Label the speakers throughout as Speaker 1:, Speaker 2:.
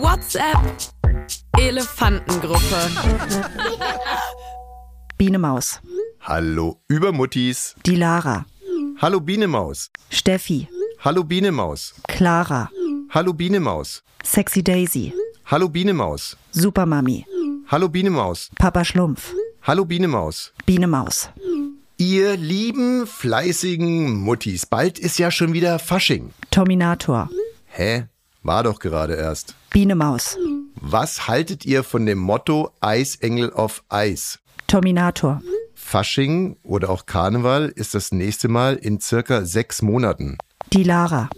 Speaker 1: WhatsApp Elefantengruppe.
Speaker 2: Biene Maus,
Speaker 3: Hallo Übermuttis.
Speaker 2: die Lara,
Speaker 3: Hallo Bienemaus.
Speaker 2: Steffi,
Speaker 3: Hallo Bienemaus.
Speaker 2: Clara,
Speaker 3: Hallo Bienemaus.
Speaker 2: Sexy Daisy,
Speaker 3: Hallo Bienemaus.
Speaker 2: Supermami,
Speaker 3: Hallo Bienemaus.
Speaker 2: Papa Schlumpf,
Speaker 3: Hallo Bienemaus.
Speaker 2: Biene Maus.
Speaker 3: Ihr lieben fleißigen Muttis, bald ist ja schon wieder Fasching.
Speaker 2: Terminator,
Speaker 3: Hä? War doch gerade erst.
Speaker 2: Biene Maus,
Speaker 3: Was haltet ihr von dem Motto Eisengel auf Eis?
Speaker 2: Terminator,
Speaker 3: Fasching oder auch Karneval ist das nächste Mal in circa sechs Monaten.
Speaker 2: die Lara,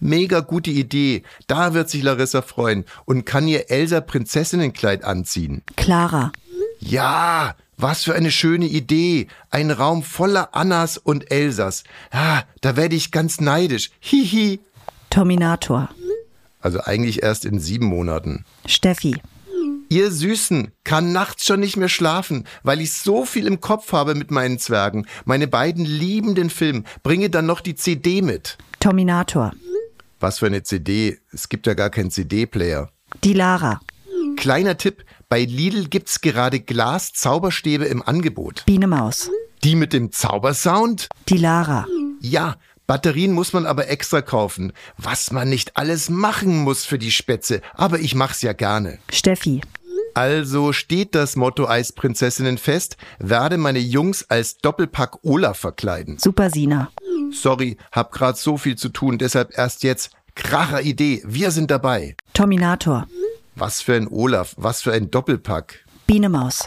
Speaker 3: Mega gute Idee. Da wird sich Larissa freuen und kann ihr Elsa Prinzessinnenkleid anziehen.
Speaker 2: Clara,
Speaker 3: Ja, was für eine schöne Idee. Ein Raum voller Annas und Elsas. Ah, da werde ich ganz neidisch. Hihi.
Speaker 2: Terminator,
Speaker 3: Also eigentlich erst in sieben Monaten.
Speaker 2: Steffi,
Speaker 3: Ihr Süßen kann nachts schon nicht mehr schlafen, weil ich so viel im Kopf habe mit meinen Zwergen. Meine beiden lieben den Film. Bringe dann noch die CD mit.
Speaker 2: Terminator,
Speaker 3: Was für eine CD? Es gibt ja gar keinen CD-Player.
Speaker 2: die Lara,
Speaker 3: Kleiner Tipp, bei Lidl gibt's gerade Glas-Zauberstäbe im Angebot.
Speaker 2: Biene Maus,
Speaker 3: Die mit dem Zaubersound?
Speaker 2: die Lara,
Speaker 3: Ja, Batterien muss man aber extra kaufen. Was man nicht alles machen muss für die Spätze, aber ich mach's ja gerne.
Speaker 2: Steffi,
Speaker 3: Also steht das Motto Eisprinzessinnen fest, werde meine Jungs als Doppelpack Olaf verkleiden.
Speaker 2: Supersina,
Speaker 3: Sorry, hab grad so viel zu tun, deshalb erst jetzt. Kracher Idee, wir sind dabei.
Speaker 2: Terminator,
Speaker 3: Was für ein Olaf, was für ein Doppelpack.
Speaker 2: Biene Maus,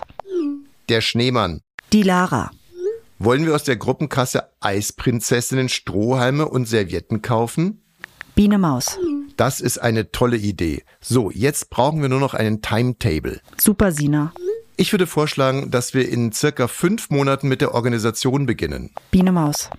Speaker 3: Der Schneemann.
Speaker 2: die Lara,
Speaker 3: Wollen wir aus der Gruppenkasse Eisprinzessinnen Strohhalme und Servietten kaufen?
Speaker 2: Biene Maus,
Speaker 3: Das ist eine tolle Idee. So, jetzt brauchen wir nur noch einen Timetable.
Speaker 2: Supersina,
Speaker 3: Ich würde vorschlagen, dass wir in circa fünf Monaten mit der Organisation beginnen.
Speaker 2: Biene Maus,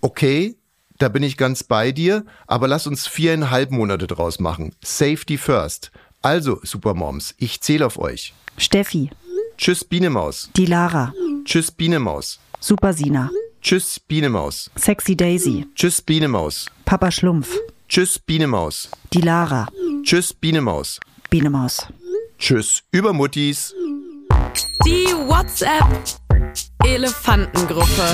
Speaker 3: Okay, da bin ich ganz bei dir, aber lass uns viereinhalb Monate draus machen. Safety first. Also, Supermoms, ich zähle auf euch.
Speaker 2: Steffi,
Speaker 3: Tschüss, Bienemaus.
Speaker 2: die Lara,
Speaker 3: Tschüss, Bienemaus.
Speaker 2: Supersina,
Speaker 3: Tschüss, Bienemaus.
Speaker 2: Sexy Daisy,
Speaker 3: Tschüss, Bienemaus.
Speaker 2: Papa Schlumpf,
Speaker 3: Tschüss, Bienemaus.
Speaker 2: die Lara,
Speaker 3: Tschüss, Bienemaus.
Speaker 2: Biene Maus.
Speaker 3: Tschüss, Übermuttis.
Speaker 1: Die WhatsApp Elefantengruppe.